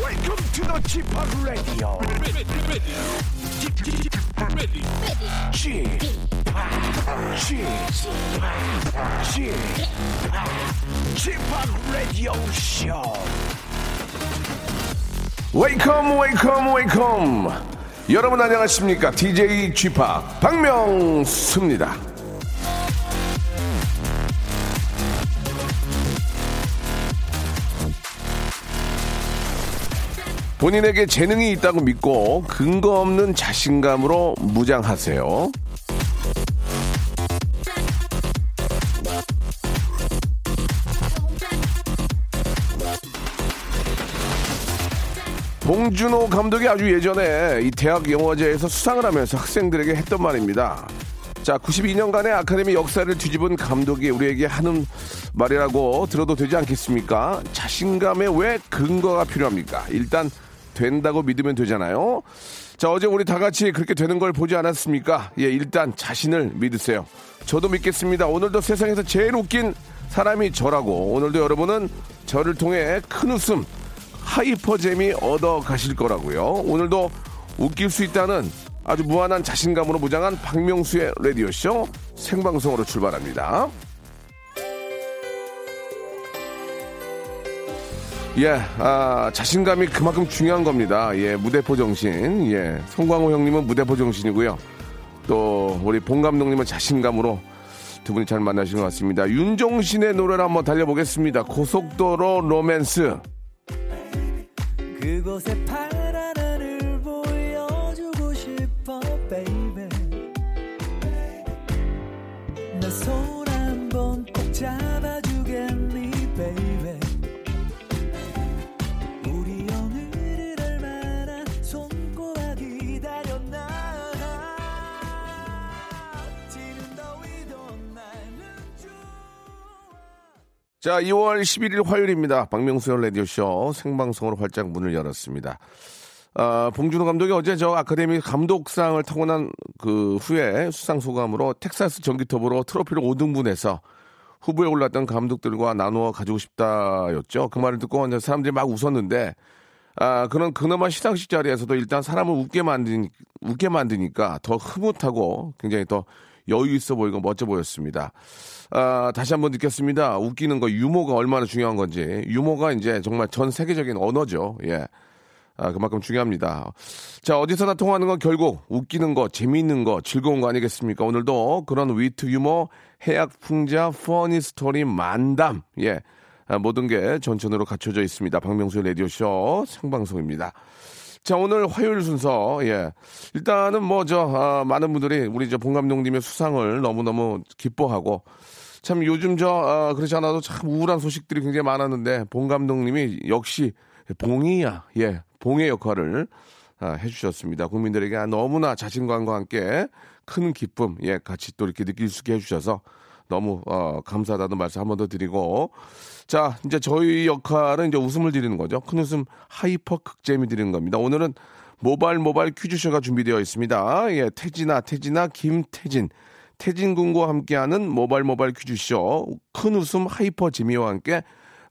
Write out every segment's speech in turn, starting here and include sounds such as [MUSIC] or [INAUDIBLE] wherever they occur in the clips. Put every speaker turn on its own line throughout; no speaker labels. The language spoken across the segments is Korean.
Welcome to the g p o p Radio.
ready, ready, ready, ready.
g p o p g p g p o p Radio Show.
웨이컴 웨이컴 웨이컴 여러분 안녕하십니까 DJ g p o p 박명수입니다 본인에게 재능이 있다고 믿고 근거 없는 자신감으로 무장하세요 봉준호 감독이 아주 예전에 이 대학 영화제에서 수상을 하면서 학생들에게 했던 말입니다. 자, 92년간의 아카데미 역사를 뒤집은 감독이 우리에게 하는 말이라고 들어도 되지 않겠습니까? 자신감에 왜 근거가 필요합니까? 일단 된다고 믿으면 되잖아요. 자, 어제 우리 다 같이 그렇게 되는 걸 보지 않았습니까? 예, 일단 자신을 믿으세요. 저도 믿겠습니다. 오늘도 세상에서 제일 웃긴 사람이 저라고. 오늘도 여러분은 저를 통해 큰 웃음, 하이퍼 재미 얻어 가실 거라고요. 오늘도 웃길 수 있다는 아주 무한한 자신감으로 무장한 박명수의 라디오쇼 생방송으로 출발합니다. 예, 아, 자신감이 그만큼 중요한 겁니다. 예, 무대포 정신. 예, 송광호 형님은 무대포 정신이고요. 또 우리 봉 감독님은 자신감으로 두 분이 잘 만나신 것 같습니다. 윤종신의 노래를 한번 달려보겠습니다. 고속도로 로맨스.
그곳에 파란 하늘 보여주고 싶어 baby 내손한번꼭 잡아주겠니 baby 우리 오늘을 얼마나 손꼽아 기다렸나 지는 더위도 나는 좋아
자, 2월 11일 화요일입니다. 박명수의 라디오쇼 생방송으로 활짝 문을 열었습니다. 아, 봉준호 감독이 어제 저 아카데미 감독상을 타고난 그 후에 수상 소감으로 텍사스 전기톱으로 트로피를 5등분해서 후보에 올랐던 감독들과 나누어 가지고 싶다였죠. 그 말을 듣고 이제 사람들이 막 웃었는데 아, 그런 그나마 시상식 자리에서도 일단 사람을 웃게 만드니, 웃게 만드니까 더 흐뭇하고 굉장히 더 여유 있어 보이고 멋져 보였습니다. 아, 다시 한번 느꼈습니다. 웃기는 거, 유머가 얼마나 중요한 건지. 유머가 이제 정말 전 세계적인 언어죠. 예. 아, 그만큼 중요합니다. 자, 어디서나 통하는 건 결국 웃기는 거, 재미있는 거, 즐거운 거 아니겠습니까? 오늘도 그런 위트 유머, 해학 풍자, 퍼니 스토리 만담. 예. 아, 모든 게 전천으로 갖춰져 있습니다. 박명수의 라디오쇼 생방송입니다. 자, 오늘 화요일 순서, 예. 일단은 뭐, 저, 아, 많은 분들이 우리 저봉 감독님의 수상을 너무너무 기뻐하고, 참 요즘 저, 아, 그렇지 않아도 참 우울한 소식들이 굉장히 많았는데, 봉 감독님이 역시 봉이야, 예, 봉의 역할을 아, 해주셨습니다. 국민들에게 너무나 자신감과 함께 큰 기쁨, 예, 같이 또 이렇게 느낄 수 있게 해주셔서 너무 어, 감사하다는 말씀 한 번 더 드리고 자 이제 저희 역할은 이제 웃음을 드리는 거죠 큰 웃음 하이퍼 극재미 드리는 겁니다 오늘은 모발 모발 퀴즈쇼가 준비되어 있습니다 예 태진아 태진아 김태진 태진 군과 함께하는 모발 모발 퀴즈쇼 큰 웃음 하이퍼 재미와 함께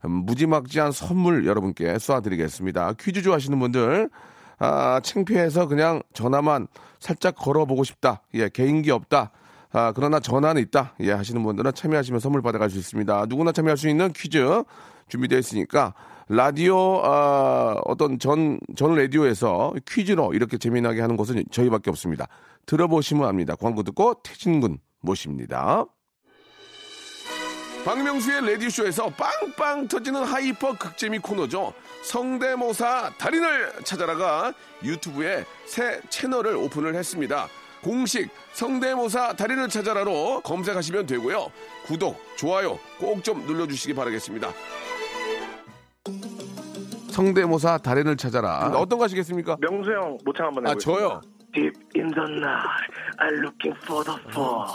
음, 무지막지한 선물 여러분께 쏴드리겠습니다 퀴즈 좋아하시는 분들 아, 창피해서 그냥 전화만 살짝 걸어보고 싶다. 예, 개인기 없다. 아, 그러나 전화는 있다. 예, 하시는 분들은 참여하시면 선물 받아갈 수 있습니다. 누구나 참여할 수 있는 퀴즈 준비되어 있으니까 라디오 아, 어떤 전, 전 라디오에서 퀴즈로 이렇게 재미나게 하는 곳은 저희밖에 없습니다. 들어보시면 압니다. 광고 듣고 태진군 모십니다. 박명수의 레디쇼에서 빵빵 터지는 하이퍼 극재미 코너죠. 성대모사 달인을 찾아라가 유튜브에 새 채널을 오픈을 했습니다. 공식 성대모사 달인을 찾아라로 검색하시면 되고요. 구독, 좋아요 꼭 좀 눌러주시기 바라겠습니다. 성대모사 달인을 찾아라. 어떤 거 하시겠습니까?
명수 형 모창 한번
아,
해보세요.
저요.
Deep in the night, I'm looking for the fall.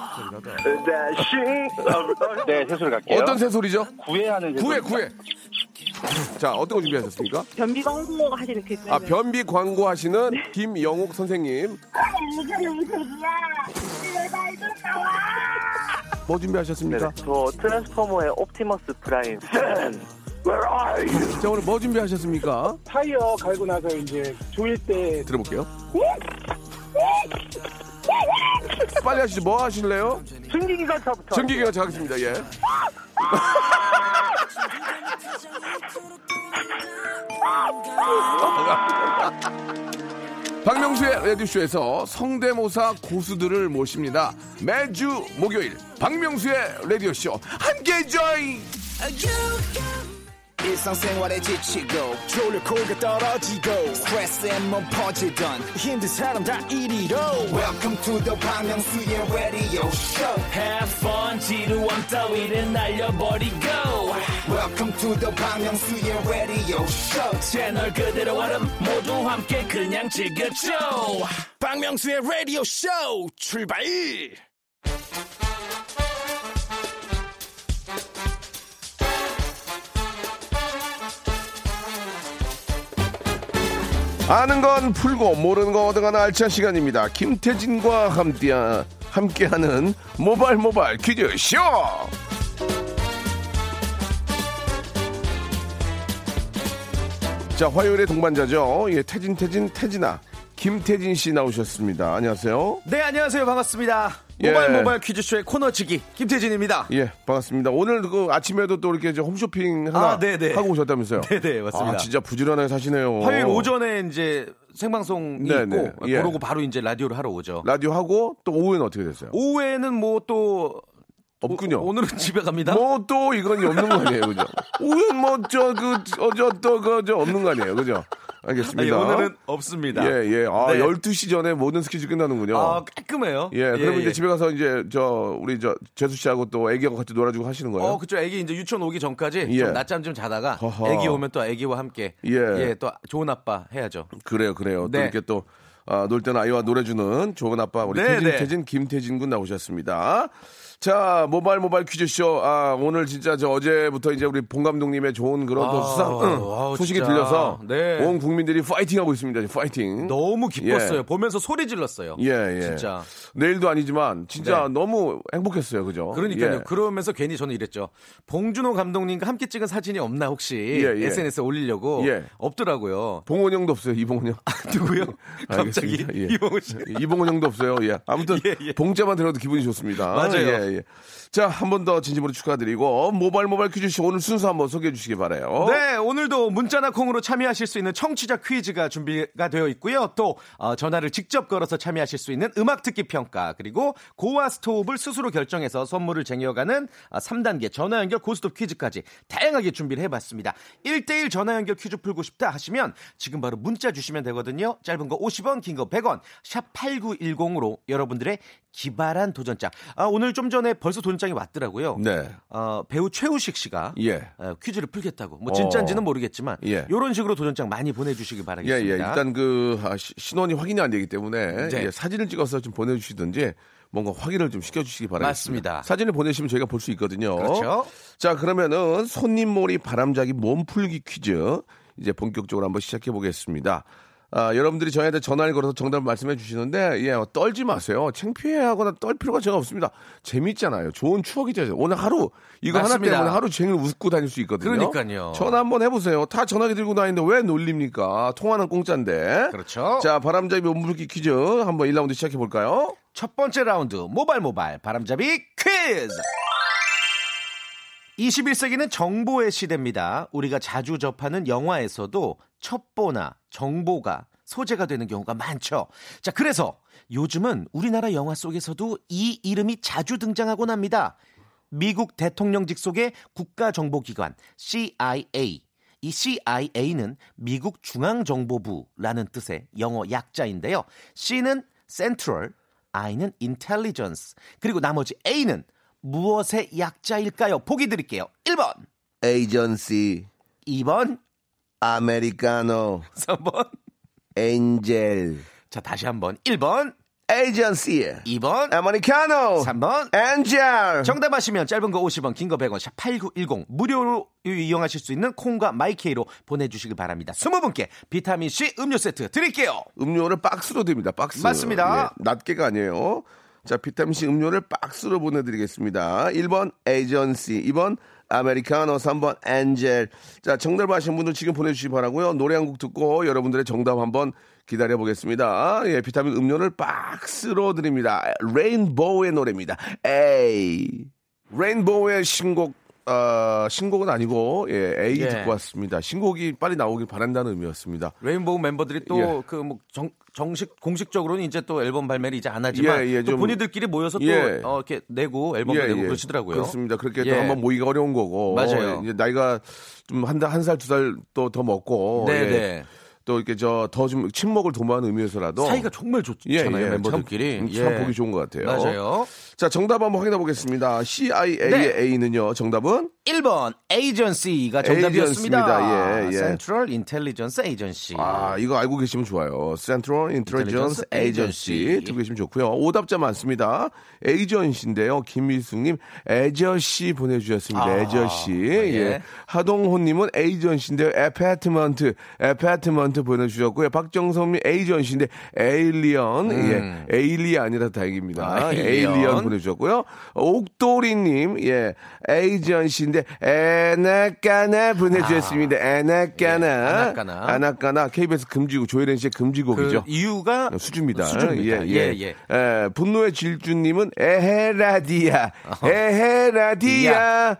Dashing. over-
네, 세수를 갈게요.
어떤 새소리죠?
구애하는
구해,
세수.
구해. 자, 어떤 거 준비하셨습니까?
변비 광고하시는 그
아, 변비 광고하시는 김영옥 선생님. 뭐 준비하셨습니까? 뭐
네,
[LAUGHS]
저 트랜스포머의 옵티머스 프라임. Where are you?
자, 오늘 뭐 준비하셨습니까?
네. 타이어 갈고 나서 이제 조일 때
들어볼게요. 빨리 하시죠. 뭐 하실래요?
승기기관차부터
전기기가 정하겠습니다. 예. [LAUGHS] 박명수의 라디오쇼에서 성대모사 고수들을 모십니다. 매주 목요일 박명수의 라디오쇼 함께 join.
일상생활에 지치고, 졸려 코가 떨어지고, 스트레스에 몸 퍼지던, 힘든 사람 다 이리로. welcome to the Bang Myung-soo's radio show
Have fun 지루함 따위를 날려버리고
welcome to the Bang Myung-soo's radio show
채널 그대로 와름 모두 함께 그냥 즐겨줘 박명수의 라디오 쇼 출발
아는 건 풀고 모르는 건 얻어가는 알찬 시간입니다. 김태진과 함께 함께하는 모발 모발 퀴즈 쇼. 자 화요일의 동반자죠. 예, 태진 태진 태진아 김태진 씨 나오셨습니다. 안녕하세요.
네, 안녕하세요. 반갑습니다.
예.
모바일 모바일 퀴즈쇼의 코너치기 김태진입니다.
예 반갑습니다. 오늘 그 아침에도 또 이렇게 저 홈쇼핑 하나
아, 네네.
하고 오셨다면서요?
네네, 맞습니다.
아, 진짜 부지런하게 사시네요.
화요일 오전에 이제 생방송이
네네,
있고 아,
예.
그러고 바로 이제 라디오를 하러 오죠.
라디오 하고 또 오후에는 어떻게 됐어요?
오후에는 뭐 또
없군요.
오늘은 집에 갑니다.
뭐 또 이건 없는 거 아니에요, 그죠? 오늘 그, 뭐저그어저또그저 없는 거 아니에요, 그죠? 알겠습니다.
아니, 오늘은 없습니다.
예, 예. 아,
네.
12시 전에 모든 스케줄 끝나는군요.
아, 깔끔해요.
예, 그러면 이제 집에 가서 이제 저 우리 저 재수 씨하고 또 애기하고 같이 놀아주고 하시는 거예요.
어, 그쵸. 애기 이제 유치원 오기 전까지
예.
좀 낮잠 좀 자다가
허허.
애기 오면 또 애기와 함께
예.
또 좋은 아빠 해야죠.
그래요, 그래요. 또
네.
이렇게 또, 아, 놀 때는 아이와 놀아주는 좋은 아빠, 우리
네,
태진,
네.
태진, 김태진 군 나오셨습니다. 자, 모바일 모바일 퀴즈쇼. 아, 오늘 진짜 저 어제부터 이제 우리 봉 감독님의 좋은 그런 또
아우,
수상
아우,
소식이
진짜.
들려서
네.
온 국민들이 파이팅 하고 있습니다. 파이팅.
너무 기뻤어요.
예.
보면서 소리 질렀어요.
예, 예.
진짜.
내일도 아니지만 진짜
네.
너무 행복했어요. 그죠?
그러니까요.
예.
그러면서 괜히 저는 이랬죠. 봉준호 감독님과 함께 찍은 사진이 없나 혹시
예, 예.
SNS에 올리려고
예.
없더라고요. 아,
봉원 형도 없어요. 이봉원 형.
누구요? 갑자기
[LAUGHS] 알겠습니다. 예.
이봉우 씨.
이봉원 형도 없어요. 예. 아무튼
예, 예.
봉자만 들어도 기분이 좋습니다.
맞아요.
예, 예. 자, 한 번 더 진심으로 축하드리고 모발 모발 퀴즈쇼 오늘 순서 한번 소개해 주시기 바래요.
네, 오늘도 문자나 콩으로 참여하실 수 있는 청취자 퀴즈가 준비가 되어 있고요. 또 어, 전화를 직접 걸어서 참여하실 수 있는 음악 듣기 평가 그리고 고와 스톱을 스스로 결정해서 선물을 쟁여가는 3단계 전화 연결 고스톱 퀴즈까지 다양하게 준비를 해봤습니다. 1대1 전화 연결 퀴즈 풀고 싶다 하시면 지금 바로 문자 주시면 되거든요. 짧은 거 50원, 긴 거 100원, 샵 8910으로 여러분들의 기발한 도전장. 아, 오늘 좀 전에 벌써 도전장이 왔더라고요.
네.
어, 배우 최우식 씨가
예.
어, 퀴즈를 풀겠다고. 뭐
어.
진짜인지는 모르겠지만
예.
이런 식으로 도전장 많이 보내주시기
예,
바라겠습니다.
예. 일단 그 아, 시- 신원이 확인이 안 되기 때문에
네.
예, 사진을 찍어서 좀 보내주시든지 뭔가 확인을 좀 시켜주시기 바랍니다.
맞습니다.
사진을 보내시면 저희가 볼 수 있거든요.
그렇죠.
자, 그러면은 손님몰이 바람잡이 몸풀기 퀴즈 이제 본격적으로 한번 시작해 보겠습니다. 아, 여러분들이 저희한테 전화를 걸어서 정답을 말씀해 주시는데, 예, 떨지 마세요. 창피해 하거나 떨 필요가 전혀 없습니다. 재밌잖아요. 좋은 추억이잖아요. 오늘 하루, 이거
맞습니다.
하나 때문에 하루 종일 웃고 다닐 수 있거든요.
그러니까요.
전화 한번 해보세요. 다 전화기 들고 다니는데 왜 놀립니까? 통화는 공짜인데.
그렇죠.
자, 바람잡이 몸풀기 퀴즈 한번 1라운드 시작해 볼까요?
첫 번째 라운드 모발 모발 바람잡이 퀴즈. 21세기는 정보의 시대입니다. 우리가 자주 접하는 영화에서도 첩보나 정보가 소재가 되는 경우가 많죠. 자, 그래서 요즘은 우리나라 영화 속에서도 이 이름이 자주 등장하곤 합니다. 미국 대통령직 속의 국가정보기관 CIA. 이 CIA는 미국 중앙정보부라는 뜻의 영어 약자인데요. C는 Central, I는 Intelligence, 그리고 나머지 A는 무엇의 약자일까요? 보기 드릴게요. 1번,
에이전시,
2번, [LAUGHS]
아메리카노,
3번.
엔젤.
자, 다시 한번. 1번,
에이전시,
2번,
아메리카노,
3번.
엔젤.
정답하시면 짧은 거 50원, 긴 거 100원, 샵 8910 무료로 이용하실 수 있는 콩과 마이케이로 보내주시길 바랍니다. 20분께 비타민C 음료 세트 드릴게요.
음료를 박스로 드립니다. 박스.
맞습니다.
예, 낱개가 아니에요. 자, 비타민C 음료를 박스로 보내드리겠습니다. 1번 에이전시, 2번 아메리카노 3번 엔젤. 자, 정답 아시는 분들 지금 보내주시기 바라고요. 노래 한 곡 듣고 여러분들의 정답 한번 기다려보겠습니다. 예, 비타민 음료를 박스로 드립니다. 레인보우의 노래입니다. 에이. 레인보우의 신곡, 아, 신곡은 아니고, 예, 에이
예.
듣고 왔습니다. 신곡이 빨리 나오길 바란다는 의미였습니다.
레인보우 멤버들이 또
예.
그 뭐 정식 공식적으로는 이제 또 앨범 발매를 이제 안 하지만
예, 예,
또
좀-
본인들끼리 모여서 또
예.
어, 이렇게 내고 앨범도 내고 그러시더라고요.
그렇습니다. 그렇게
예.
또 한번 모이기가 어려운 거고.
맞아요.
이제 나이가 좀 한, 달- 한 살, 두 살 또 더 먹고.
네,
예.
네.
또 이렇게 저 더 좀 친목을 도모하는 의미에서라도. 예,
사이가 정말 좋잖아요 멤버들끼리.
참, 음,
예.
참 보기 좋은 것 같아요.
맞아요.
자, 정답 한번 확인해 보겠습니다. CIA의
네.
A는요, 정답은?
1번 에이전시가 정답이었습니다.
에이전시입니다. 예, 예.
센트럴 인텔리전스 에이전시.
아, 이거 알고 계시면 좋아요. Central Intelligence
Intelligence
Agency.
Agency.
듣고 계시면 좋고요. 오답자 많습니다. 에이전시인데요. 김미숙님, 에저씨 보내주셨습니다.
아,
에저씨.
예.
예. 하동호님은 에이전시인데요. 에파트먼트, 에파트먼트 보내주셨고요. 박정성님 에이전시인데 에일리언,
음.
예. 에일리 아니라 다행입니다.
아,
에일리언.
에일리언.
보내주셨고요. 옥도리님, 예. 에이전시인데 에나까나
아,
보내주셨습니다.
예.
에나까나.
아나까나.
아나까나 KBS 금지곡 조혜련 씨의
그
금지곡이죠. 네.
이유가
수줍니다.
수줍니다.
예, 예.
예,
에, 분노의 질주님은
[LAUGHS]
에헤라디아, 에헤라디아.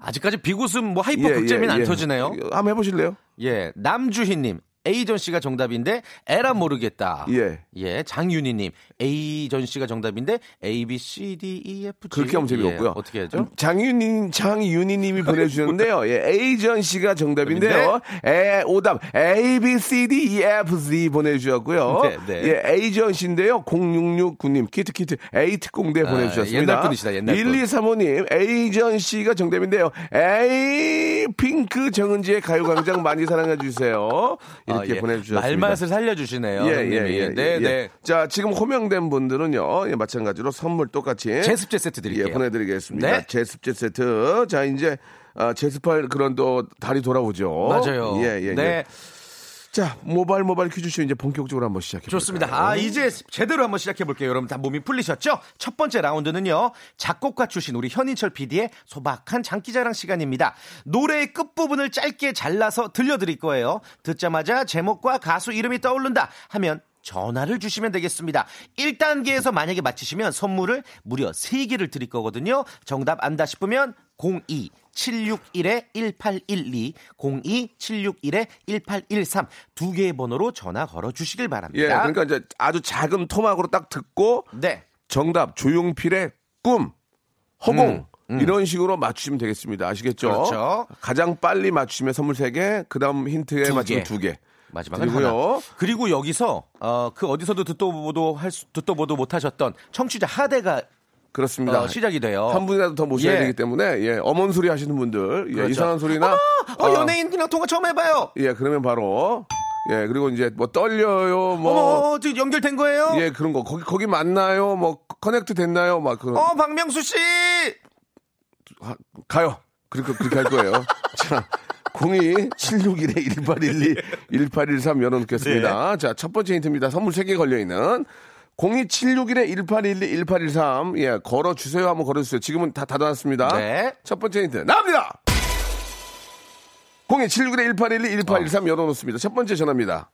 아직까지 비웃음 뭐
예,
하이퍼 극재민
예,
안
예.
터지네요.
한번 해보실래요?
예, 남주희님 에이전시가 정답인데 에라 모르겠다.
예.
예, 장윤희님 에이전시가 정답인데 A B C D E F G.
그렇게 하면 재미없고요.
예, 어떻게 하죠?
장윤인, 장윤희님이 보내주셨는데요. 예, 에이전시가 정답인데요. 에, 오답, A, B, C, D, E, F, Z 보내주셨고요.
네, 네.
예, 에이전시인데요. 0669님, 키트키트, 에이특공대
아,
보내주셨습니다.
옛날 분이시다, 옛날 분.
1235님, 에이전시가 정답인데요. 에이, 핑크 정은지의 가요광장 많이 사랑해주세요. 이렇게
아, 예.
보내주셨습니다.
말맛을 살려주시네요.
예, 예,
형님이.
예,
네,
예.
네.
자, 지금 호명된 분들은요, 예, 마찬가지로 선물 똑같이.
제습제 세트 드릴게요.
예, 보내드리겠습니다.
네.
제습제 세트. 자, 이제, 아, 제습할 그런 또 달이 돌아오죠.
맞아요.
예, 예,
네,
예. 자, 모바일 모바일 퀴즈쇼 이제 본격적으로 한번 시작해볼까요? 네.
좋습니다. 아, 이제 제대로 한번 시작해 볼게요. 여러분 다 몸이 풀리셨죠? 첫 번째 라운드는요. 작곡가 출신 우리 현인철 PD의 소박한 장기자랑 시간입니다. 노래의 끝부분을 짧게 잘라서 들려드릴 거예요. 듣자마자 제목과 가수 이름이 떠오른다 하면 전화를 주시면 되겠습니다. 1단계에서 만약에 맞히시면 선물을 무려 3개를 드릴 거거든요. 정답 안다 싶으면 02 761-1812, 02-761-1813. 두 개의 번호로 전화 걸어 주시길 바랍니다.
예, 그러니까 이제 아주 작은 토막으로 딱 듣고
네.
정답, 조용필의 꿈, 허공. 이런 식으로 맞추시면 되겠습니다. 아시겠죠?
음, 그렇죠.
가장 빨리 맞추시면 선물 3개, 그 다음 힌트에
두
맞추면
개.
2개.
마지막은
그리고요.
하나. 그리고 여기서 어, 그 어디서도 듣도 보도 할 수, 듣도 보도 못 하셨던 청취자 하대가
그렇습니다.
어, 시작이 돼요.
한 분이라도 더 모셔야
예.
되기 때문에 예 어먼 소리 하시는 분들 예,
그렇죠.
이상한 소리나 아,
어, 어, 연예인이랑 통화 처음 해 봐요.
예 그러면 바로 예 그리고 이제 뭐 떨려요 뭐
어머, 어, 지금 연결된 거예요?
예, 그런 거. 거기, 거기 맞나요? 뭐, 커넥트 됐나요? 막, 그런.
어, 박명수 씨.
하- 가요. 그렇게, 그렇게 할 거예요. [LAUGHS] 자, 02-761-1812, 1813 열어놓겠습니다.
네.
자, 첫 번째 힌트입니다. 선물 3개 걸려있는. 02-761-1812, 1813. 예, 걸어주세요. 한번 걸어주세요. 지금은 다 닫아놨습니다.
네.
첫 번째 힌트. 나옵니다! 02-761-1812, 1813 열어놓습니다. 첫 번째 전화입니다.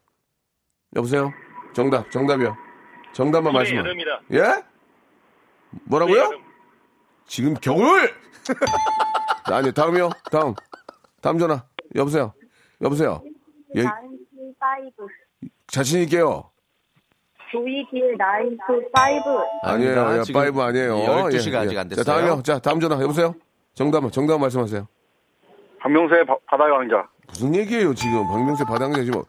여보세요? 정답, 정답이요. 정답만 말씀해.
네, 여름이다. 네,
예? 뭐라고요? 지금 겨울!
[LAUGHS]
아니, 다음이요. 다음. 다음 전화. 여보세요. 여보세요. 예,
9to5
자신 있게요.
조이길 9to5
아니에요. 예,
지금
파이브 아니에요.
12시가
예, 예.
아직 안
자, 다음이요.
됐어요.
자, 다음 전화. 여보세요. 정답, 정답 말씀하세요.
네,
박명수의 바다 강자.
무슨 얘기예요, 지금. 박명수 바닥에 지금.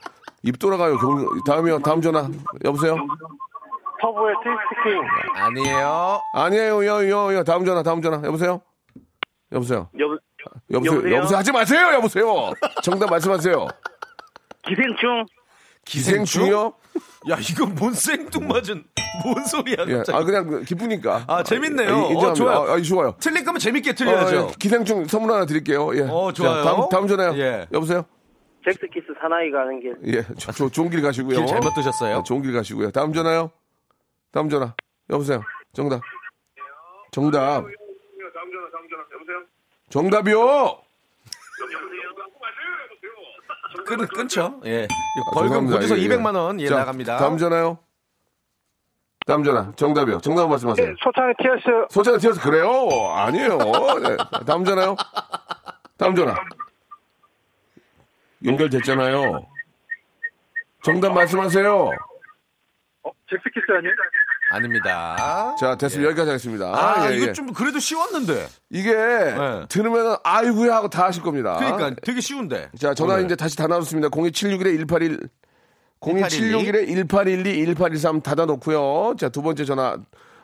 입 돌아가요. 겨울. 다음이요. 다음 전화. 여보세요.
터보의 트위스팅.
아니에요.
아니에요. 여, 여, 여. 다음 전화. 다음 전화. 여보세요. 여보세요.
여보,
여보세요. 여보세요.
여보세요?
하지 마세요. 여보세요. 정답 말씀하세요.
기생충.
기생충이요?
야, 이거 뭔 생뚱맞은 뭔 소리야,
예,
갑자기.
아 그냥 기쁘니까.
아, 재밌네요.
예, 인정합니다.
어, 좋아요.
아, 아, 좋아요.
틀릴 거면 재밌게
어,
틀려야죠.
예, 기생충 선물 하나 드릴게요. 예.
어, 좋아요.
다음 다음 전화요.
예.
여보세요.
잭스키스 사나이 가는 길.
예, 조, 조, 좋은 길 가시고요.
길 잘못 드셨어요?
예, 좋은 길 가시고요. 다음 전화요. 다음 전화. 여보세요. 아, 정답. 정답. 정답이요.
끊, 끊죠. 예.
아,
벌금
죄송합니다.
고지서
예, 예.
200만 원 예,
자,
나갑니다.
다음 전화요. 다음 전화. 정답이요. 정답 말씀하세요.
네,
소창의 티어스
소자가 튀어서 그래요? 아니에요. 네. 다음 전화요. 다음 전화. 연결됐잖아요. 정답 말씀하세요.
잭스키스 아니에요?
아닙니다.
자, 됐습니다. 여기까지 하겠습니다.
아,
예,
이거
예.
좀 그래도 쉬웠는데.
이게 들으면 아이고야 하고 다 하실 겁니다.
네. 그러니까 네. 되게 쉬운데.
자, 전화
오늘.
이제 다시 다 나눴습니다. 02761-181
네,
02761에 1812, 1813 닫아 놓고요. 자, 두 번째 전화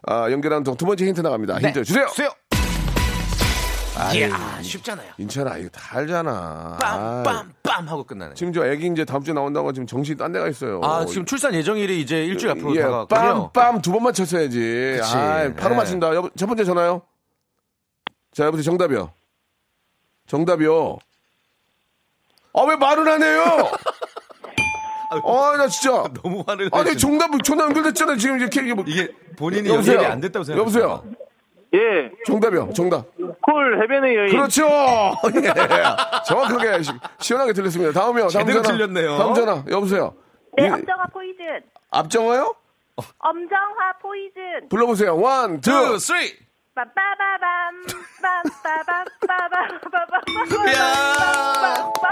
아, 연결하는 동두 번째 힌트 나갑니다.
네.
힌트 주세요. 아유,
이야, 쉽잖아요.
인천아 이거 다 알잖아. 아이.
빰빰빰 하고 끝나네.
지금 저 애기 이제 다음 주에 나온다고 지금 정신이 딴 데가 있어요.
아, 지금 출산 예정일이 이제 일주일 앞으로
예,
다가왔군요.
빰빰 두 번만 쳤어야지.
그치.
아, 바로
예.
맞춘다. 여보, 첫 번째 전화요. 자, 여보세요. 정답이요. 정답이요. 아, 왜 말을 안 해요?
[LAUGHS]
아, 나 진짜.
너무 화를
아니,
내시네.
정답, 전화 연결됐잖아. 지금 이렇게. 이게 뭐.
이게 본인이
여보세요?
연결이 안 됐다고 생각해요.
여보세요?
예.
정답이요. 정답.
콜 해변의 여인.
그렇죠. [LAUGHS] 예. 정확하게, 시, 시원하게 들렸습니다. 다음이요. 다음
제대로
전화.
틀렸네요.
다음 전화. 여보세요.
네,
예,
엄정화 포이즌.
앞정화요?
엄정화 포이즌.
불러보세요. 원, 투,
투, 쓰리.
빰빠바밤.
[LAUGHS]
야.
빰빠바밤빠바밤빠바밤빠밤.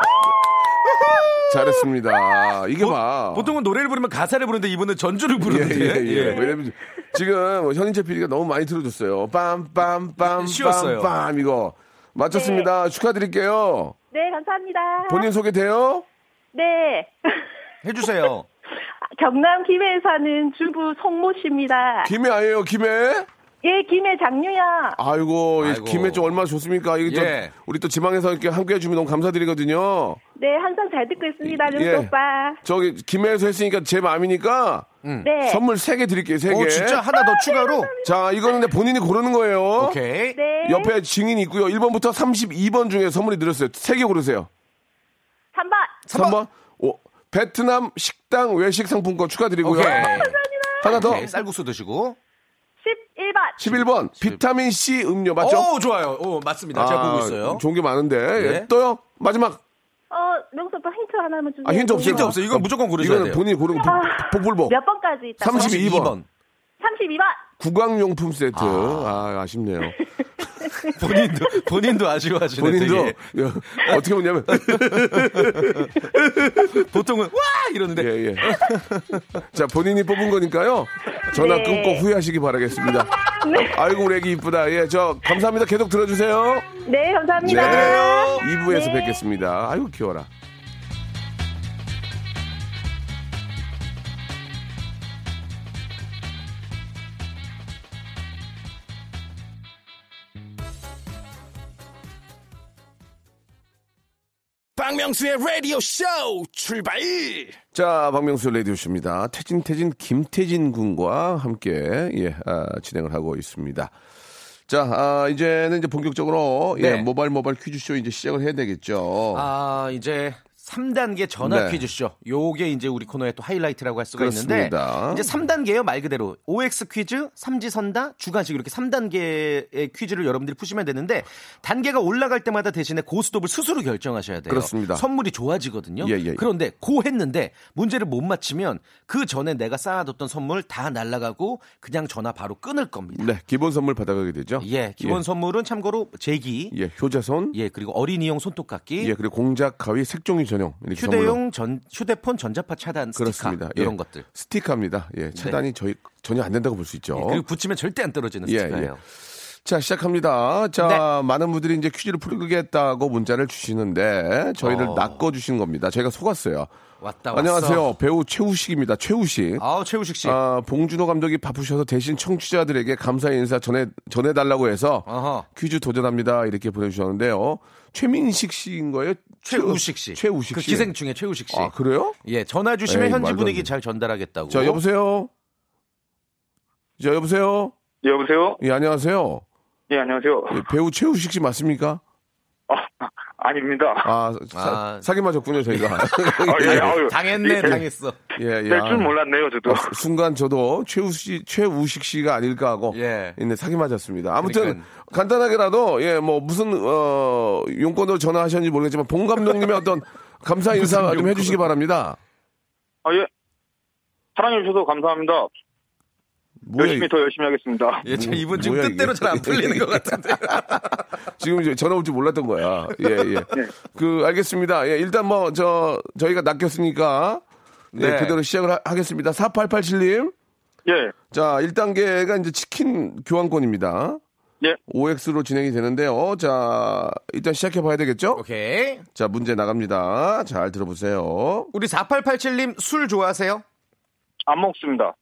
잘했습니다. 이게
보-
봐.
보통은 노래를 부르면 가사를 부르는데 이분은 전주를
예, 예,
부르는데.
예. 왜냐면 지금 현인채 PD가 너무 많이 들어줬어요. 빰빰빰
쉬웠어요.
빰빰 이거 맞췄습니다. 축하드릴게요.
네, 감사합니다.
본인 소개 돼요?
네. [LAUGHS]
해주세요.
경남 김해에 사는 주부 송모 씨입니다.
김해 아니에요, 김해?
예, 김해 장유야.
아이고, 이
아이고.
김해 좀 얼마나 좋습니까? 이게 또
예.
우리 또 지방에서 이렇게 함께 해주면 너무 감사드리거든요.
네, 항상 잘 듣고 있습니다,
예.
윤수 오빠.
저기 김해에서 했으니까 제 마음이니까
네.
선물 세 개 드릴게요, 세개
오, 진짜 하나 더
[LAUGHS]
추가로.
자, 이거는 근데 본인이 고르는 거예요.
오케이.
네.
옆에 증인이 있고요. 1번부터 32번 중에 선물이 늘었어요. 세 개 고르세요.
3번.
3번. 오, 베트남 식당 외식 상품권 축하드리고요. 네.
오케이.
하나 더.
오케이, 네, 쌀국수 드시고.
11번.
11번. 비타민 C 음료 맞죠?
오, 좋아요. 오, 맞습니다. 제가 보고 있어요.
좋은 게 많은데. 예,
네.
또요. 마지막.
어, 명수 오빠 힌트 하나만 주세요.
아, 힌트 없어요.
힌트 없어요. 이건 무조건 고르셔야
이거는
돼요.
본인이 고르는
아.
복불복.
몇 번까지 있다?
30. 32 번.
32번.
32번.
구강용품 세트. 아, 아쉽네요.
본인도, 본인도 아쉬워하시네.
본인도
되게.
예, 어떻게
[LAUGHS]
보냐면
보통은 와! 이러는데.
예, 예. 자, 본인이 뽑은 거니까요. 전화
네.
끊고 후회하시기 바라겠습니다.
[LAUGHS]
아이고, 우리 애기 이쁘다. 예, 저, 감사합니다. 계속 들어주세요.
네, 감사합니다.
2부에서
네.
뵙겠습니다. 아이고, 귀여워라.
박명수의 라디오 쇼 출발
자, 박명수 레디오쇼입니다. 태진, 태진, 김태진 군과 함께, 예, 아, 진행을 하고 있습니다. 자, 아, 이제는 이제 본격적으로, 예,
네.
모발 모발 퀴즈쇼 이제 시작을 해야 되겠죠.
아, 이제 3단계 전화
네.
퀴즈쇼. 요게 이제 우리 코너의 또 하이라이트라고 할 수가
그렇습니다.
있는데 이제 3단계예요, 말 그대로. OX 퀴즈, 삼지선다, 주관식 이렇게 3단계의 퀴즈를 여러분들이 푸시면 되는데 단계가 올라갈 때마다 대신에 고스톱을 스스로 결정하셔야 돼요.
그렇습니다.
선물이 좋아지거든요.
예, 예, 예.
그런데 고 했는데 문제를 못 맞히면 그 전에 내가 쌓아뒀던 선물 다 날아가고 그냥 전화 바로 끊을 겁니다.
네, 기본 선물 받아가게 되죠.
예, 기본 선물은 참고로 제기,
예, 효자손.
예, 그리고 어린이용 손톱깎이,
예, 그리고 공작, 가위, 색종이 전용. 이렇게 선물로.
휴대용 전 휴대폰 전자파 차단 스티커
그렇습니다. 예.
이런 것들 네.
스티커입니다. 예, 차단이 저희 전혀 안 된다고 볼 수 있죠.
예, 그리고 붙이면 절대 안 떨어지는
어? 예,
스티커예요.
자, 시작합니다. 자,
네.
많은 분들이 이제 퀴즈를 풀겠다고 문자를 주시는데 저희를
어.
낚아 주신 겁니다. 저희가 속았어요.
왔다 왔어.
안녕하세요. 배우 최우식입니다. 최우식.
아 최우식 씨.
아, 봉준호 감독이 바쁘셔서 대신 청취자들에게 감사의 인사 전해 전해 달라고 해서
어허.
퀴즈 도전합니다. 이렇게 보내 주셨는데요. 최민식 씨인 거예요?
최우식 씨.
최우식
그
씨.
기생충의 최우식 씨.
아, 그래요?
예, 전화 주시면
에이, 말도
현지
안
분위기
돼.
잘 전달하겠다고.
자, 여보세요. 자, 여보세요.
여보세요?
예, 안녕하세요.
예, 안녕하세요.
예, 배우 최우식 씨 맞습니까?
아닙니다.
아, 사, 사기 맞았군요,
[LAUGHS]
저희가.
아,
예,
[LAUGHS]
아유. 예.
예, 예.
될
아.
줄 몰랐네요, 저도.
아, 수- 순간 저도 최우 씨, 최우식 씨가 아닐까 하고 예. 데 사기 맞았습니다. 아무튼
그러니까요.
간단하게라도 예, 뭐 무슨 어, 용건으로 전화하셨는지 모르겠지만 봉 감독님의 어떤 감사 인사 좀 해주시기 바랍니다.
아, 예. 사랑해주셔서 감사합니다. 열심히 더 열심히 하겠습니다.
예, 참 이분 지금 뭐야, 뜻대로 이게. 잘안 풀리는 것 [LAUGHS]
같은데.
지금 이제 전화 올 줄 몰랐던 거야. 예, 예. 그, 알겠습니다. 예, 일단 뭐, 저, 저희가 낚였으니까. 네,
네.
그대로 시작을 하, 겠습니다 4887님.
[LAUGHS] 예.
자, 1단계가 이제 치킨 교환권입니다.
예.
OX로 진행이 되는데요. 자, 일단 시작해 봐야 되겠죠? 오케이. 자, 문제 나갑니다. 잘 들어보세요.
우리 4887님 술 좋아하세요?
안 먹습니다.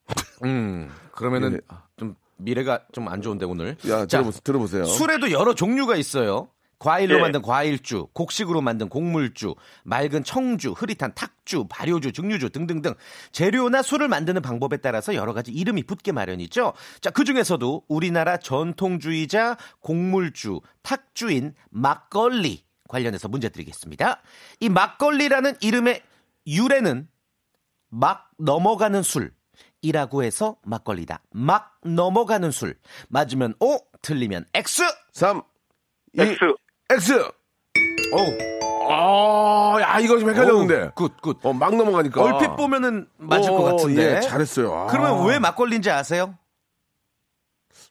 음, 그러면은 좀 미래가 좀 안 좋은데 오늘.
예. 야,
자,
들어보, 들어보세요.
술에도 여러 종류가 있어요. 과일로
예.
만든 과일주, 곡식으로 만든 곡물주, 맑은 청주, 흐릿한 탁주, 발효주, 증류주 등등등 재료나 술을 만드는 방법에 따라서 여러 가지 이름이 붙게 마련이죠. 자, 그 중에서도 우리나라 전통주의자 곡물주, 탁주인 막걸리 관련해서 문제 드리겠습니다. 이 막걸리라는 이름의 유래는 막 넘어가는 술이라고 해서 막걸리다. 막 넘어가는 술. 맞으면 O, 틀리면 X.
3, 예.
X.
X. 오. 아, 야, 이거 좀 헷갈렸는데.
굿, 굿.
어, 막 넘어가니까.
얼핏 보면은 맞을 것
어,
같은데.
예, 잘했어요. 아.
그러면 왜 막걸리인지 아세요?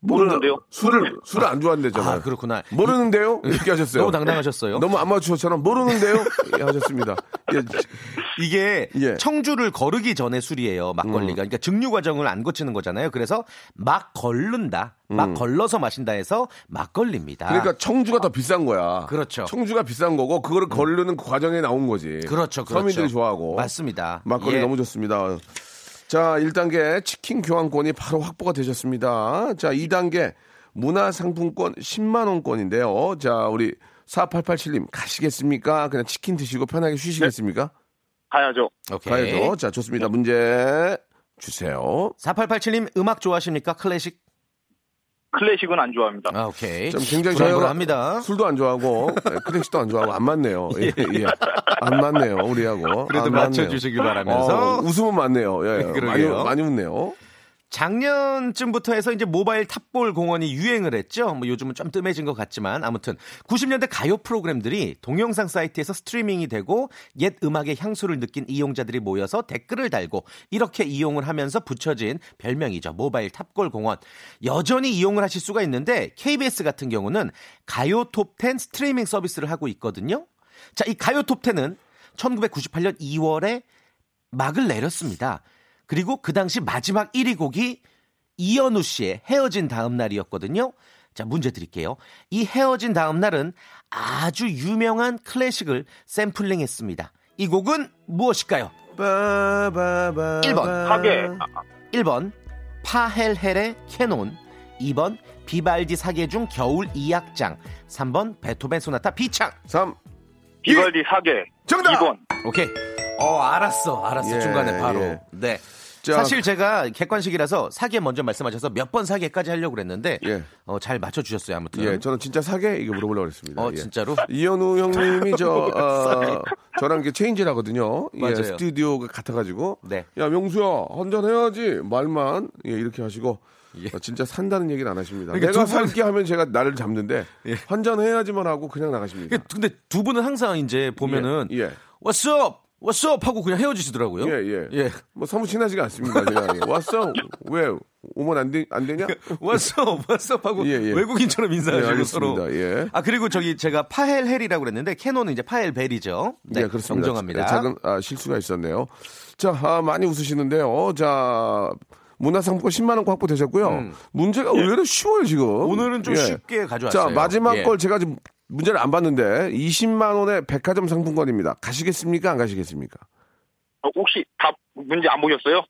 모르는데요. 네. 술을 술을 안 좋아한대잖아요. 아
그렇구나. 음,
모르는데요. 이렇게 하셨어요. 네.
너무 당당하셨어요.
너무 아마추어처럼 모르는데요. 예, 하셨습니다. 예,
이게 청주를 거르기 전에 술이에요.
음.
막걸리가. 그러니까 증류 과정을 안 거치는 거잖아요. 그래서 막 걸른다. 막
음.
걸러서 마신다 해서 막걸리입니다.
그러니까 청주가 더 비싼 거야.
아. 그렇죠.
청주가 비싼 거고 그거를 걸르는 그 과정에 나온 거지.
그렇죠, 그렇죠.
서민들이 좋아하고.
맞습니다.
막걸리
예.
너무 좋습니다. 자, 1단계 치킨 교환권이 바로 확보가 되셨습니다. 자, 2단계 문화상품권 10만 원권인데요. 자, 우리 4887님 가시겠습니까? 그냥 치킨 드시고 편하게 쉬시겠습니까?
가야죠.
예.
가야죠. 자, 좋습니다. 문제 주세요.
4887님 음악 좋아하십니까? 클래식?
클래식은 안 좋아합니다.
아, 오케이.
좀 굉장히
불안불안
저희가
합니다.
술도 안 좋아하고 예, 클래식도 안 좋아하고 안 맞네요. 예, 예. 안 맞네요. 우리하고.
그래도
안
맞춰주시길
어,
바라면서.
웃음은 맞네요. 예, 많이,
[LAUGHS] 그러게요.
많이 웃네요.
작년쯤부터 해서 이제 모바일 탑볼 공원이 유행을 했죠. 뭐 요즘은 좀 뜸해진 것 같지만 아무튼 90년대 가요 프로그램들이 동영상 사이트에서 스트리밍이 되고 옛 음악의 향수를 느낀 이용자들이 모여서 댓글을 달고 이렇게 이용을 하면서 붙여진 별명이죠. 모바일 탑골 공원. 여전히 이용을 하실 수가 있는데 KBS 같은 경우는 가요 톱10 스트리밍 서비스를 하고 있거든요. 자, 이 가요 톱10은 1998년 2월에 막을 내렸습니다. 그리고 그 당시 마지막 1위 곡이 이현우 씨의 헤어진 다음 날이었거든요. 자, 문제 드릴게요. 이 헤어진 다음 날은 아주 유명한 클래식을 샘플링 했습니다. 이 곡은 무엇일까요? 1번.
하게.
1번. 파헬헬의 캐논. 2번. 비발디 사계 중 겨울 2악장. 3번. 베토벤 소나타 비창.
3. 예.
비발디 사계.
정답!
2번.
오케이. 어, 알았어. 알았어.
예,
중간에 바로.
예.
네.
자,
사실 제가 객관식이라서 사계 먼저 말씀하셔서 몇 번 사계까지 하려고 그랬는데 어, 잘 맞춰주셨어요 아무튼
예, 저는 진짜 사게 이거 물어보려고 했습니다.
어,
예.
진짜로?
이현우 형님이 저
[LAUGHS] 몰랐어요.
어, 저랑 이게 체인지를 하거든요. 예,
맞아요.
스튜디오가 같아가지고
네.
야 명수야 한잔 해야지 말만 예, 이렇게 하시고 어, 진짜 산다는 얘기는 안 하십니다.
예.
내가
그러니까 두 분- 예.
살게 하면 제가 나를 잡는데 한잔 해야지만 하고 그냥 나가십니다.
근데 두 분은 항상 이제 보면은
예, 예.
What's up? What's up? 하고 그냥 헤어지시더라고요
예, 예. 뭐 사무 친하지가 않습니다. 그냥. 예. 왔어? 왜? 오면 안, 되, 안 되냐?
What's up? What's
[LAUGHS]
up? 하고 외국인처럼
예,
인사하시고
알겠습니다.
서로
예.
아 그리고 저기 제가 파헬헬이라고 그랬는데 캐논은 이제 파헬벨이죠 네,
예, 그렇습니다.
정정합니다
작은 아, 실수가 있었네요. 자, 아, 많이 웃으시는데요. 자, 문화상품권 10만 원 확보되셨고요. 문제가 의외로 쉬워요 지금.
음. 예. 오늘은 좀 쉽게 가져왔어요.
예. 자, 마지막
예.
걸 제가 지금 문제를 안 봤는데 20만 원의 백화점 상품권입니다. 가시겠습니까? 안 가시겠습니까?
어, 혹시 답 문제 안 보셨어요?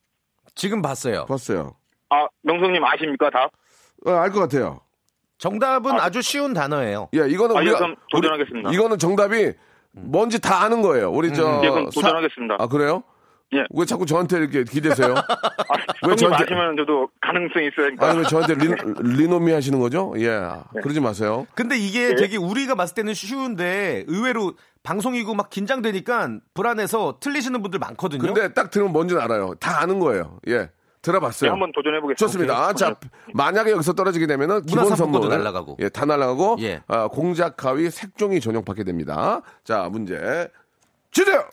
지금 봤어요.
봤어요. 어,
아, 명성님 아십니까, 답?
알 것 같아요.
정답은 아, 주 쉬운 단어예요
예, 이거는
아, 예,
우리가
그럼 도전하겠습니다.
우리- 이거는 정답이 뭔지 다 아는 거예요. 우리 저
음, 예, 그럼
어, 사-
도전하겠습니다. 예.
아 그래요? 왜 자꾸 저한테 이렇게
[LAUGHS]
기대세요?
왜 형님 아시면 저도 가능성이 있으니까.
아니 왜 저한테 리, 리노미 하시는 거죠? 예, 그러지 마세요.
근데
예.
이게 되게 우리가 봤을 때는 쉬운데 의외로 방송이고 막 긴장되니까 불안해서 틀리시는 분들 많거든요.
근데 딱 들으면 뭔지는 알아요. 다 아는 거예요. 예. 들어봤어요.
네, 한번 도전해보겠습니다.
좋습니다. 아,
오케이.
자, 만약에 여기서 떨어지게 되면은 기본
문화상품권도
선물
날라가고.
예, 다 날라가고 아, 공작 가위 색종이 전용 받게 됩니다. 자, 문제 주세요.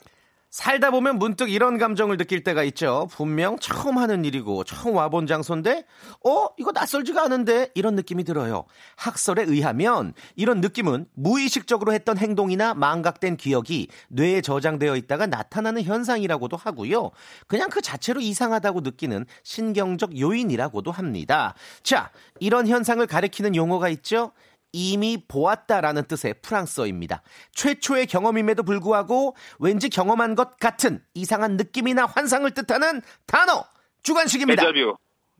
살다 보면 문득 이런 감정을 느낄 때가 있죠. 분명 처음 하는 일이고 처음 와본 장소인데 어 이거 낯설지가 않은데 이런 느낌이 들어요. 학설에 의하면 이런 느낌은 무의식적으로 했던 행동이나 망각된 기억이 뇌에 저장되어 있다가 나타나는 현상이라고도 하고요. 그냥 그 자체로 이상하다고 느끼는 신경적 요인이라고도 합니다. 자 이런 현상을 가리키는 용어가 있죠. 이미 보았다라는 뜻의 프랑스어입니다. 최초의 경험임에도 불구하고 왠지 경험한 것 같은 이상한 느낌이나 환상을 뜻하는 단어 주관식입니다.
데자뷰.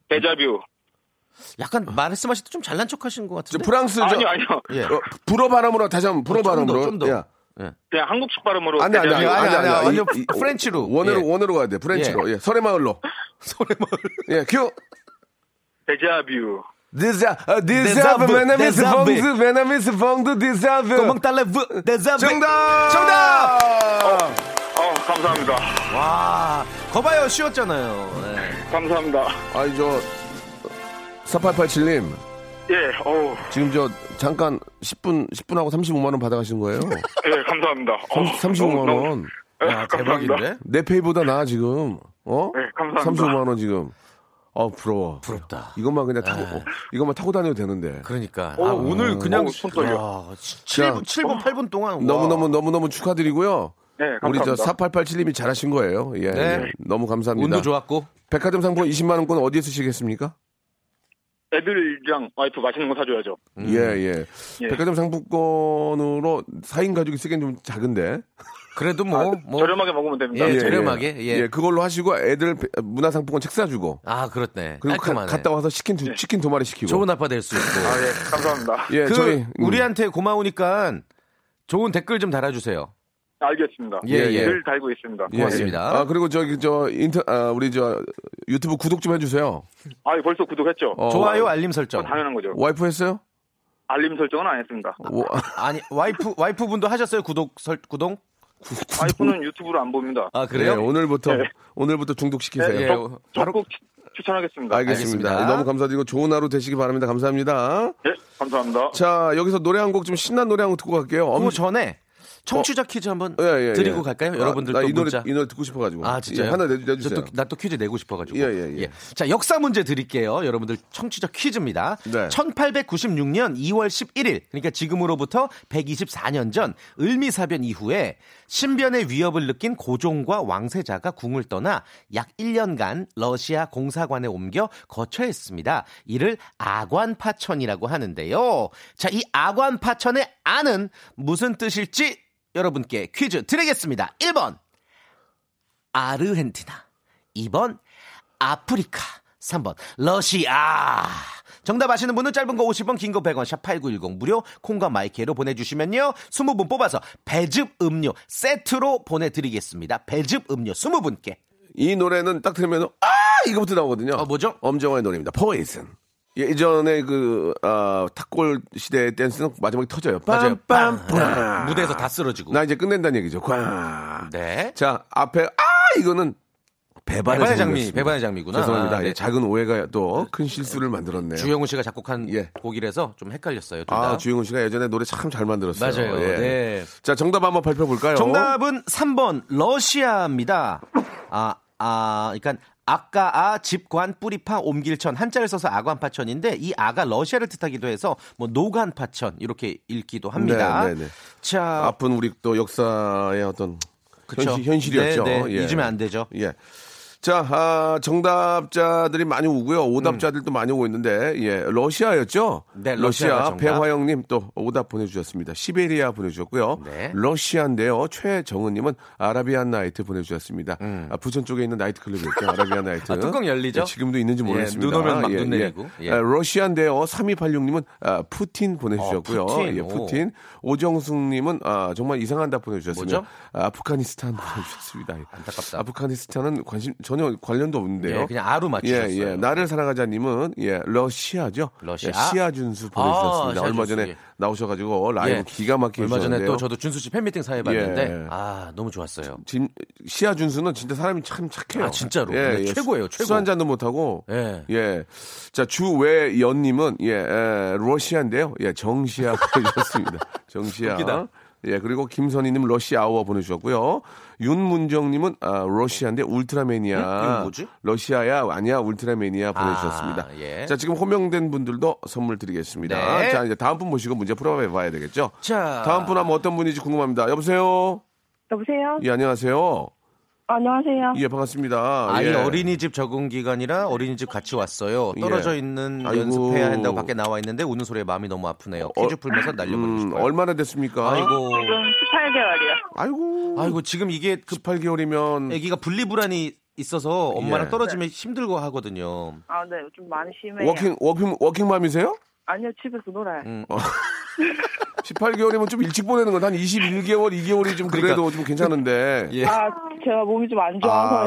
데자뷰.
약간 말씀하실 때 좀 잘난 척하시는 것 같은데. 예.
프랑스 저-
아니요, 아니요.
어, 불어 발음으로 다시 한번 불어
어, 좀 더,
발음으로.
좀 더.
예.
그냥 한국식 발음으로.
아니 아니 아니
데자뷰.
아니 아니. 아니.
완전
이- 이-
프렌치로.
원어로
예.
원어로 가야 돼. 프렌치로. 예. 설해마을로. 설해마을. 예. 큐.
데자뷰.
디자
디자브 베나미스 봉수
베나미스 봉두 디자브
꼬멍
달레브 디자브
정답
정답
어, 감사합니다.
와, 거봐요 쉬웠잖아요. 네,
감사합니다.
아니 저 4887님
예, 어우.
지금 저 잠깐 10분 10분 하고 35만 원 받아가신 거예요.
예, 감사합니다. 어우,
3 5만
너무,
원.
너무-
아,
[LAUGHS]
예, 감사합니다.
내 페이보다 나 지금. 어?
네, 감사합니다.
35만 원 지금. 어 부러워. 부럽다. 이것만 그냥 타고 어, 이것만 타고 다녀도 되는데.
아. 그러니까.
어,
아, 오늘 그냥
손 떨려. 7분, 7분, 8분 동안.
너무 너무 너무 너무 축하드리고요.
예,
네,
우리 저
감사합니다.
4887님이 잘하신 거예요. 예,
네.
예. 너무 감사합니다.
운도 좋았고.
백화점 상품 20만 원권 어디에 쓰시겠습니까?
애들이랑 와이프 맛있는 거 사줘야죠.
음.
예, 예,
예.
백화점 상품권으로 4인 가족이 쓰기엔 좀 작은데.
그래도 뭐,
아,
아,
저렴하게 먹으면 됩니다.
어, 예. 예, 그걸로 하시고 애들 배- 문화상품권 책 사주고.
아, 그렇네.
그리고 가-
깔끔하네.
갔다 와서 치킨 두, 치킨 두 마리 시키고.
좋은 아빠 될 수 있고.
아, 예, 감사합니다.
예,
그
저희, 음.
우리한테 고마우니까 좋은 댓글 좀 달아주세요.
알겠습니다.
예, 예.
늘 달고 있습니다.
예, 예. 아 그리고 저기 저 인터 아, 우리 저 유튜브 구독 좀 해주세요.
아, 벌써 구독했죠?
어. 좋아요,
알림 설정.
그거 당연한 거죠.
와이프 했어요?
알림 설정은 안 했습니다.
[LAUGHS]
아니 와이프 와이프 분도 하셨어요 구독 설 구동?
와이프는 유튜브를 안 봅니다.
아
예, 오늘부터 오늘부터 중독 시키세요.
예, 적- 적극
아,
추천하겠습니다.
알겠습니다. 너무 감사드리고 좋은 하루 되시기 바랍니다. 감사합니다.
예, 감사합니다.
자 여기서 노래 한 곡 좀 신난 노래 한 곡 듣고 갈게요.
그
엄-
전에 청취자 퀴즈 한번
예, 예, 예.
드리고 갈까요?
아,
여러분들
나
또
이 노래
문자.
이 노래 듣고 싶어가지고
아 진짜요?
예, 하나 내주, 내주세요.
저 또- 나또 퀴즈 내고 싶어가지고.
예, 예, 예.
자 역사 문제 드릴게요. 여러분들 청취자 퀴즈입니다.
네.
1896년 2월 11일 그러니까 지금으로부터 124년 전 을미사변 이후에 신변의 위협을 느낀 고종과 왕세자가 궁을 떠나 약 1년간 러시아 공사관에 옮겨 거처했습니다. 이를 아관파천이라고 하는데요. 자이 아관파천의 아는 무슨 뜻일지 여러분께 퀴즈 드리겠습니다. 1번 아르헨티나. 2번 아프리카. 3번 러시아. 정답 아시는 분은 짧은 거 50원, 긴 거 100원, 샵 8910 무료 콩과 마이크로 보내주시면요. 20분 뽑아서 배즙 음료 세트로 보내드리겠습니다. 배즙 음료 20분께.
이 노래는 딱 들으면 아 이거부터 나오거든요. 아
뭐죠?
엄정화의 노래입니다. 포이즌. 예전에 그 아, 탁골 시대의 댄스는 마지막에 터져요.
맞아요.
빰빰
빰. 무대에서 다 쓰러지고.
나 이제 끝낸다는 얘기죠. 꽝.
네.
자 앞에 아 이거는 배반의,
배반의 장미,
장미였습니다.
배반의 장미구나.
죄송합니다.
아, 네.
예, 작은 오해가 또 큰 실수를 만들었네요.
주영훈 씨가 작곡한
예.
곡이라서 좀 헷갈렸어요. 둘 다.
아 주영훈 씨가 예전에 노래 참 잘 만들었어요.
맞아요.
예.
네.
자 정답 한번 발표 볼까요?
정답은 3번 러시아입니다. 아, 아, 그러니까 아까 아 집관 뿌리파 옮길천 한자를 써서 아관파천인데 이 아가 러시아를 뜻하기도 해서 뭐 노간파천 이렇게 읽기도 합니다.
네, 네, 네.
자,
아픈 우리 또 역사의 어떤
그쵸.
현실, 현실이었죠.
네, 네.
예.
잊으면 안 되죠.
예. 자, 아, 정답자들이 많이 오고요. 오답자들도 많이 오고 있는데, 예, 러시아였죠?
네, 러시아가
러시아.
정답.
배화영님 또 오답 보내주셨습니다. 시베리아 보내주셨고요.
네.
러시아인데요. 최정은님은 아라비안 나이트 보내주셨습니다. 아, 부천 쪽에 있는 나이트클럽이었죠. 아라비안 나이트.
음. [LAUGHS] 아, 뚜껑 열리죠?
예, 지금도 있는지
예,
모르겠습니다.
눈 오면 막눈 내리고. 예.
아, 러시아인데요. 3286님은 아, 푸틴 보내주셨고요.
어, 푸틴.
예, 푸틴. 오정숙님은 아, 정말 이상한 답 보내주셨습니다.
뭐죠?
아, 아프가니스탄 [LAUGHS] 보내주셨습니다. 예. 안타깝다. 아프가니스탄은 관심 전혀 관련도 없는데요.
예, 그냥 아로 맞추셨어요.
예, 예. 나를 사랑하자님은 예, 러시아죠.
러시아.
예, 시아 준수
아,
보내주셨습니다.
시아
얼마
준수,
전에
예.
나오셔가지고 라이브
예.
기가 막히게
얼마 전에
해주셨는데요.
또 저도 준수 씨 팬미팅 사회 봤는데
예.
아 너무 좋았어요.
진- 시아 준수는 진짜 사람이 참 착해요.
아, 진짜로. 네, 최고예요, 최고.
술 한 잔도 못 하고.
예.
예. 자, 주외연 님은 예, 에, 러시아인데요. 예, 정시아 [LAUGHS] 보내주셨습니다. 정시아.
웃기다.
예, 그리고 김선희 님 러시아워 보내주셨고요. 윤문정 님은 아, 러시아인데 울트라매니아.
음? 이건 뭐지?
러시아야 아니야 울트라매니아 보내주셨습니다.
아, 예.
자, 지금 호명된 분들도 선물 드리겠습니다.
네.
자, 이제 다음 분 모시고 문제 풀어봐야 되겠죠.
자.
다음 분 하면 어떤 분인지 궁금합니다. 여보세요.
여보세요?
예, 안녕하세요.
안녕하세요.
예, 반갑습니다.
아이
예.
어린이집 적응 기간이라 어린이집 같이 왔어요. 떨어져
예.
있는
아이고.
연습해야 한다고 밖에 나와 있는데 우는 소리에 마음이 너무 아프네요. 퀴즈 풀면서 날려보내고
음,
싶어요.
얼마나 됐습니까?
아이고.
지금 18개월이요.
아이고.
아이고 지금 이게 그
18개월이면
아기가 분리불안이 있어서 엄마랑
예.
떨어지면 힘들고 하거든요.
아, 네, 좀 많이 심해요.
워킹 워킹 워킹맘이세요?
아니요, 집에서 놀아요.
어. 18개월이면 좀 일찍 보내는 건 한 21개월, 2개월이 좀 그래도
그러니까.
좀 괜찮은데.
예.
아, 제가 몸이 좀 안
아,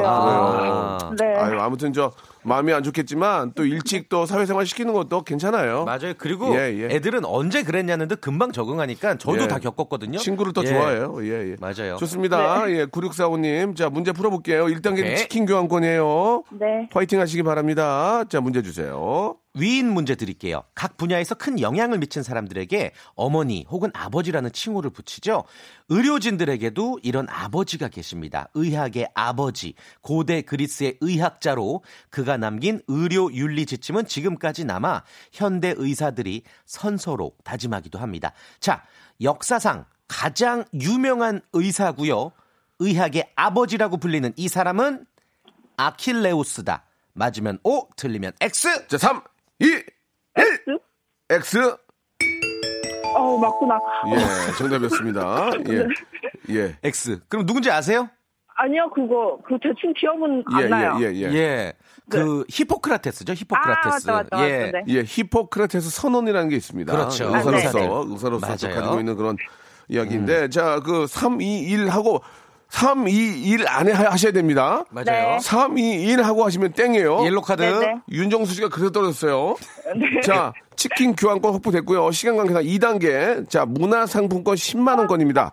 좋아서요.
그래요.
네.
아유, 아무튼 저 마음이 안 좋겠지만 또 일찍 또 사회생활 시키는 것도 괜찮아요.
맞아요. 그리고
예, 예.
애들은 언제 그랬냐는 듯 금방 적응하니까 저도
예.
다 겪었거든요.
친구를 더
예.
좋아해요. 예, 예.
맞아요.
좋습니다.
네.
예, 9645님. 자, 문제 풀어볼게요. 1단계는
오케이.
치킨 교환권이에요.
네.
화이팅 하시기 바랍니다. 자, 문제 주세요.
위인 문제 드릴게요. 각 분야에서 큰 영향을 미친 사람들에게 어머니 혹은 아버지라는 칭호를 붙이죠. 의료진들에게도 이런 아버지가 계십니다. 의학의 아버지, 고대 그리스의 의학자로 그가 남긴 의료 윤리 지침은 지금까지 남아 현대 의사들이 선서로 다짐하기도 합니다. 자, 역사상 가장 유명한 의사고요. 의학의 아버지라고 불리는 이 사람은 아킬레우스다. 맞으면 O, 틀리면 X.
자, 3, 2, 1. X.
어우, 맞구나.
예,
[LAUGHS]
정답이었습니다. 예. 예.
X. 그럼 누군지 아세요?
아니요, 그거, 그 대충 기억은 안 나요.
예, 예, 예. 예.
예. 그 히포크라테스죠. 히포크라테스.
네. 아, 맞다, 맞다,
예.
맞다, 네.
히포크라테스 선언이라는 게 있습니다.
그렇죠.
의사로서,
아, 네.
의사로서 또
맞아요. 음.
가지고 있는 그런 이야기인데, 자, 그 3, 2, 1 하고, 3, 2, 1 안에 하- 하셔야 됩니다.
맞아요.
3, 2, 1 하고 하시면 땡이에요.
옐로 카드.
네, 네.
윤정수 씨가 그래서 떨어졌어요. 자, 치킨 교환권 확보됐고요. 시간 관계상 2단계. 자, 문화상품권 10만원권입니다.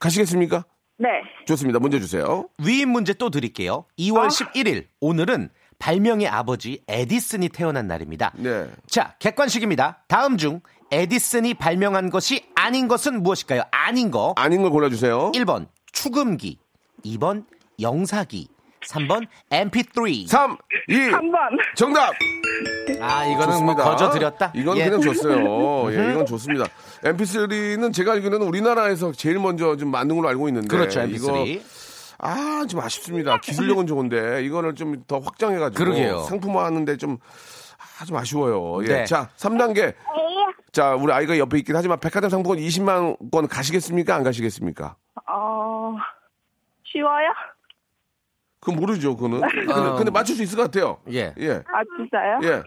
가시겠습니까? 예.
네.
좋습니다. 문제 주세요.
위인 문제 또 드릴게요. 2월
어?
11일 오늘은 발명의 아버지 에디슨이 태어난 날입니다.
네.
자, 객관식입니다. 다음 중 에디슨이 발명한 것이 아닌 것은 무엇일까요? 아닌 거.
아닌 걸 골라주세요.
1번 축음기, 2번 영사기, 3번 MP3.
3, 2,
한 번.
정답!
아, 이거는 뭐
좋습니다.
거저 드렸다.
이건
예. 음.
그냥 줬어요. 예, 이건 좋습니다. MP3는 제가 알기로는 우리나라에서 제일 먼저 좀 만든 걸로 알고 있는데.
그렇죠. MP3.
이거 아, 좀 아쉽습니다. 기술력은 좋은데 이거를 좀 더 확장해 가지고
그러게요.
상품화하는데 좀 아, 좀 아쉬워요. 예.
네.
자, 3단계. 자, 우리 아이가 옆에 있긴 하지만 백화점 상품권 20만 원 가시겠습니까? 안 가시겠습니까?
어, 쉬워요?
그건 모르죠, 그거는. 근데, 근데 맞출 수 있을 것 같아요.
어. 예.
예.
아, 진짜요?
예.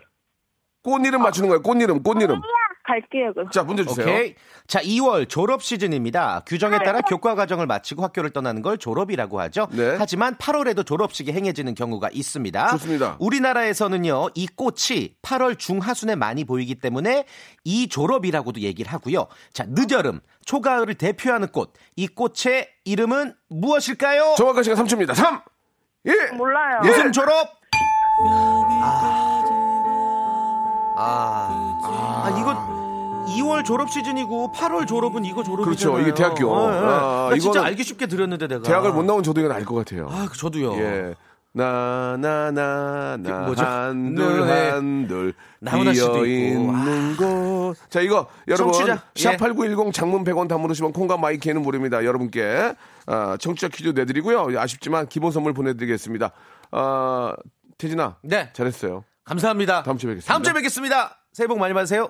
꽃 이름 맞추는 거예요. 꽃 이름, 꽃 이름.
갈게요, 그럼.
자, 문제 주세요.
오케이. 자, 2월 졸업 시즌입니다. 규정에 따라 교과 과정을 마치고 학교를 떠나는 걸 졸업이라고 하죠.
네.
하지만 8월에도 졸업식이 행해지는 경우가 있습니다.
좋습니다.
우리나라에서는요, 이 꽃이 8월 중하순에 많이 보이기 때문에 이 졸업이라고도 얘기를 하고요. 자, 늦여름, 초가을을 대표하는 꽃, 이 꽃의 이름은 무엇일까요?
정확한 시간 3초입니다. 3, 1.
몰라요.
무슨 졸업? 아. 아. 아, 이거 2월 졸업 시즌이고 8월 졸업은 이거 졸업이잖아요.
그렇죠. 이게 대학교.
예, 예.
아,
나 진짜
이거는
알기 쉽게 들었는데 내가.
대학을 못 나온 저도 이건 알 것 같아요.
아, 그 저도요.
예. 나나나나
뭐죠?
한둘
네.
한둘
나훈아 씨도
비어
있고. 아.
있는 곳. 자 이거 여러분
청취자. 예.
샵8910 장문 100원 담으시면 콩과 마이크는 무료입니다. 여러분께 아, 청취자 퀴즈 내드리고요. 아쉽지만 기본 선물 보내드리겠습니다. 아, 태진아.
네.
잘했어요.
감사합니다.
다음 주에 뵙겠습니다.
다음 주에 뵙겠습니다. 새해 복 많이 받으세요.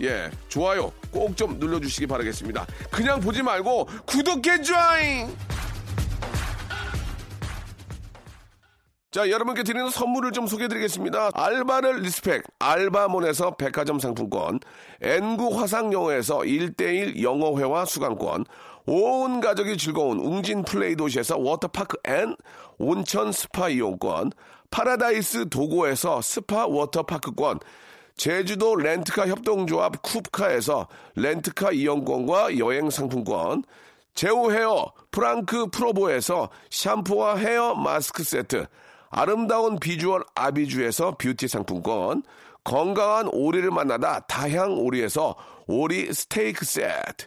예, 좋아요 꼭 좀 눌러주시기 바라겠습니다. 그냥 보지 말고 구독해 줘잉! 자, 여러분께 드리는 선물을 좀 소개해 드리겠습니다. 알바를 리스펙, 알바몬에서 백화점 상품권, N구 화상영어에서 1대1 영어회화 수강권, 온 가족이 즐거운 웅진 플레이 도시에서 워터파크 앤 온천 스파 이용권, 파라다이스 도고에서 스파 워터파크권, 제주도 렌트카 협동조합 쿱카에서 렌트카 이용권과 여행 상품권, 제오 헤어 프랑크 프로보에서 샴푸와 헤어 마스크 세트, 아름다운 비주얼 아비주에서 뷰티 상품권, 건강한 오리를 만나다 다향 오리에서 오리 스테이크 세트,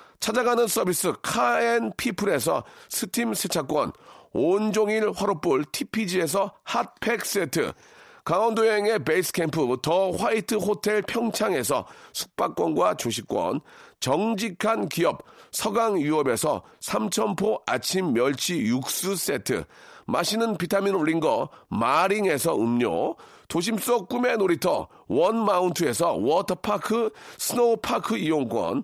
찾아가는 서비스 카앤피플에서 스팀 세차권, 온종일 화롯불 TPG에서 핫팩 세트, 강원도 여행의 베이스 캠프 더 화이트 호텔 평창에서 숙박권과 조식권, 정직한 기업 서강유업에서 삼천포 아침 멸치 육수 세트, 맛있는 비타민 올린 거 마링에서 음료, 도심 속 꿈의 놀이터 원마운트에서 워터파크 스노우파크 이용권,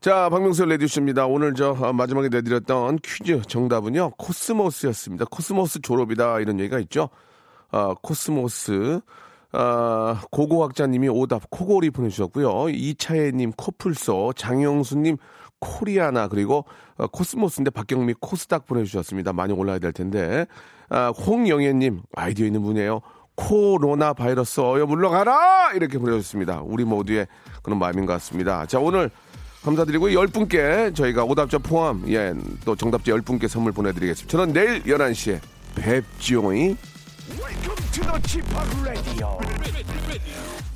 자, 박명수 레디쇼입니다. 오늘 저 아, 마지막에 내드렸던 퀴즈 정답은요, 코스모스였습니다. 코스모스 졸업이다, 이런 얘기가 있죠. 아, 코스모스. 아, 고고학자님이 오답, 코골이 보내주셨고요. 이차혜님, 코풀소, 장영수님, 코리아나, 그리고 어, 코스모스인데 박경미 코스닥 보내주셨습니다. 많이 올라야 될 텐데. 아, 홍영애님, 아이디어 있는 분이에요. 코로나 바이러스 어여 물러가라! 이렇게 보내주셨습니다. 우리 모두의 그런 마음인 것 같습니다. 자, 오늘 감사드리고 열 분께 저희가 오답자 포함 예 또 정답자 열 분께 선물 보내드리겠습니다. 저는 내일 11시에 뵙지오잉
Welcome to the Chip Radio.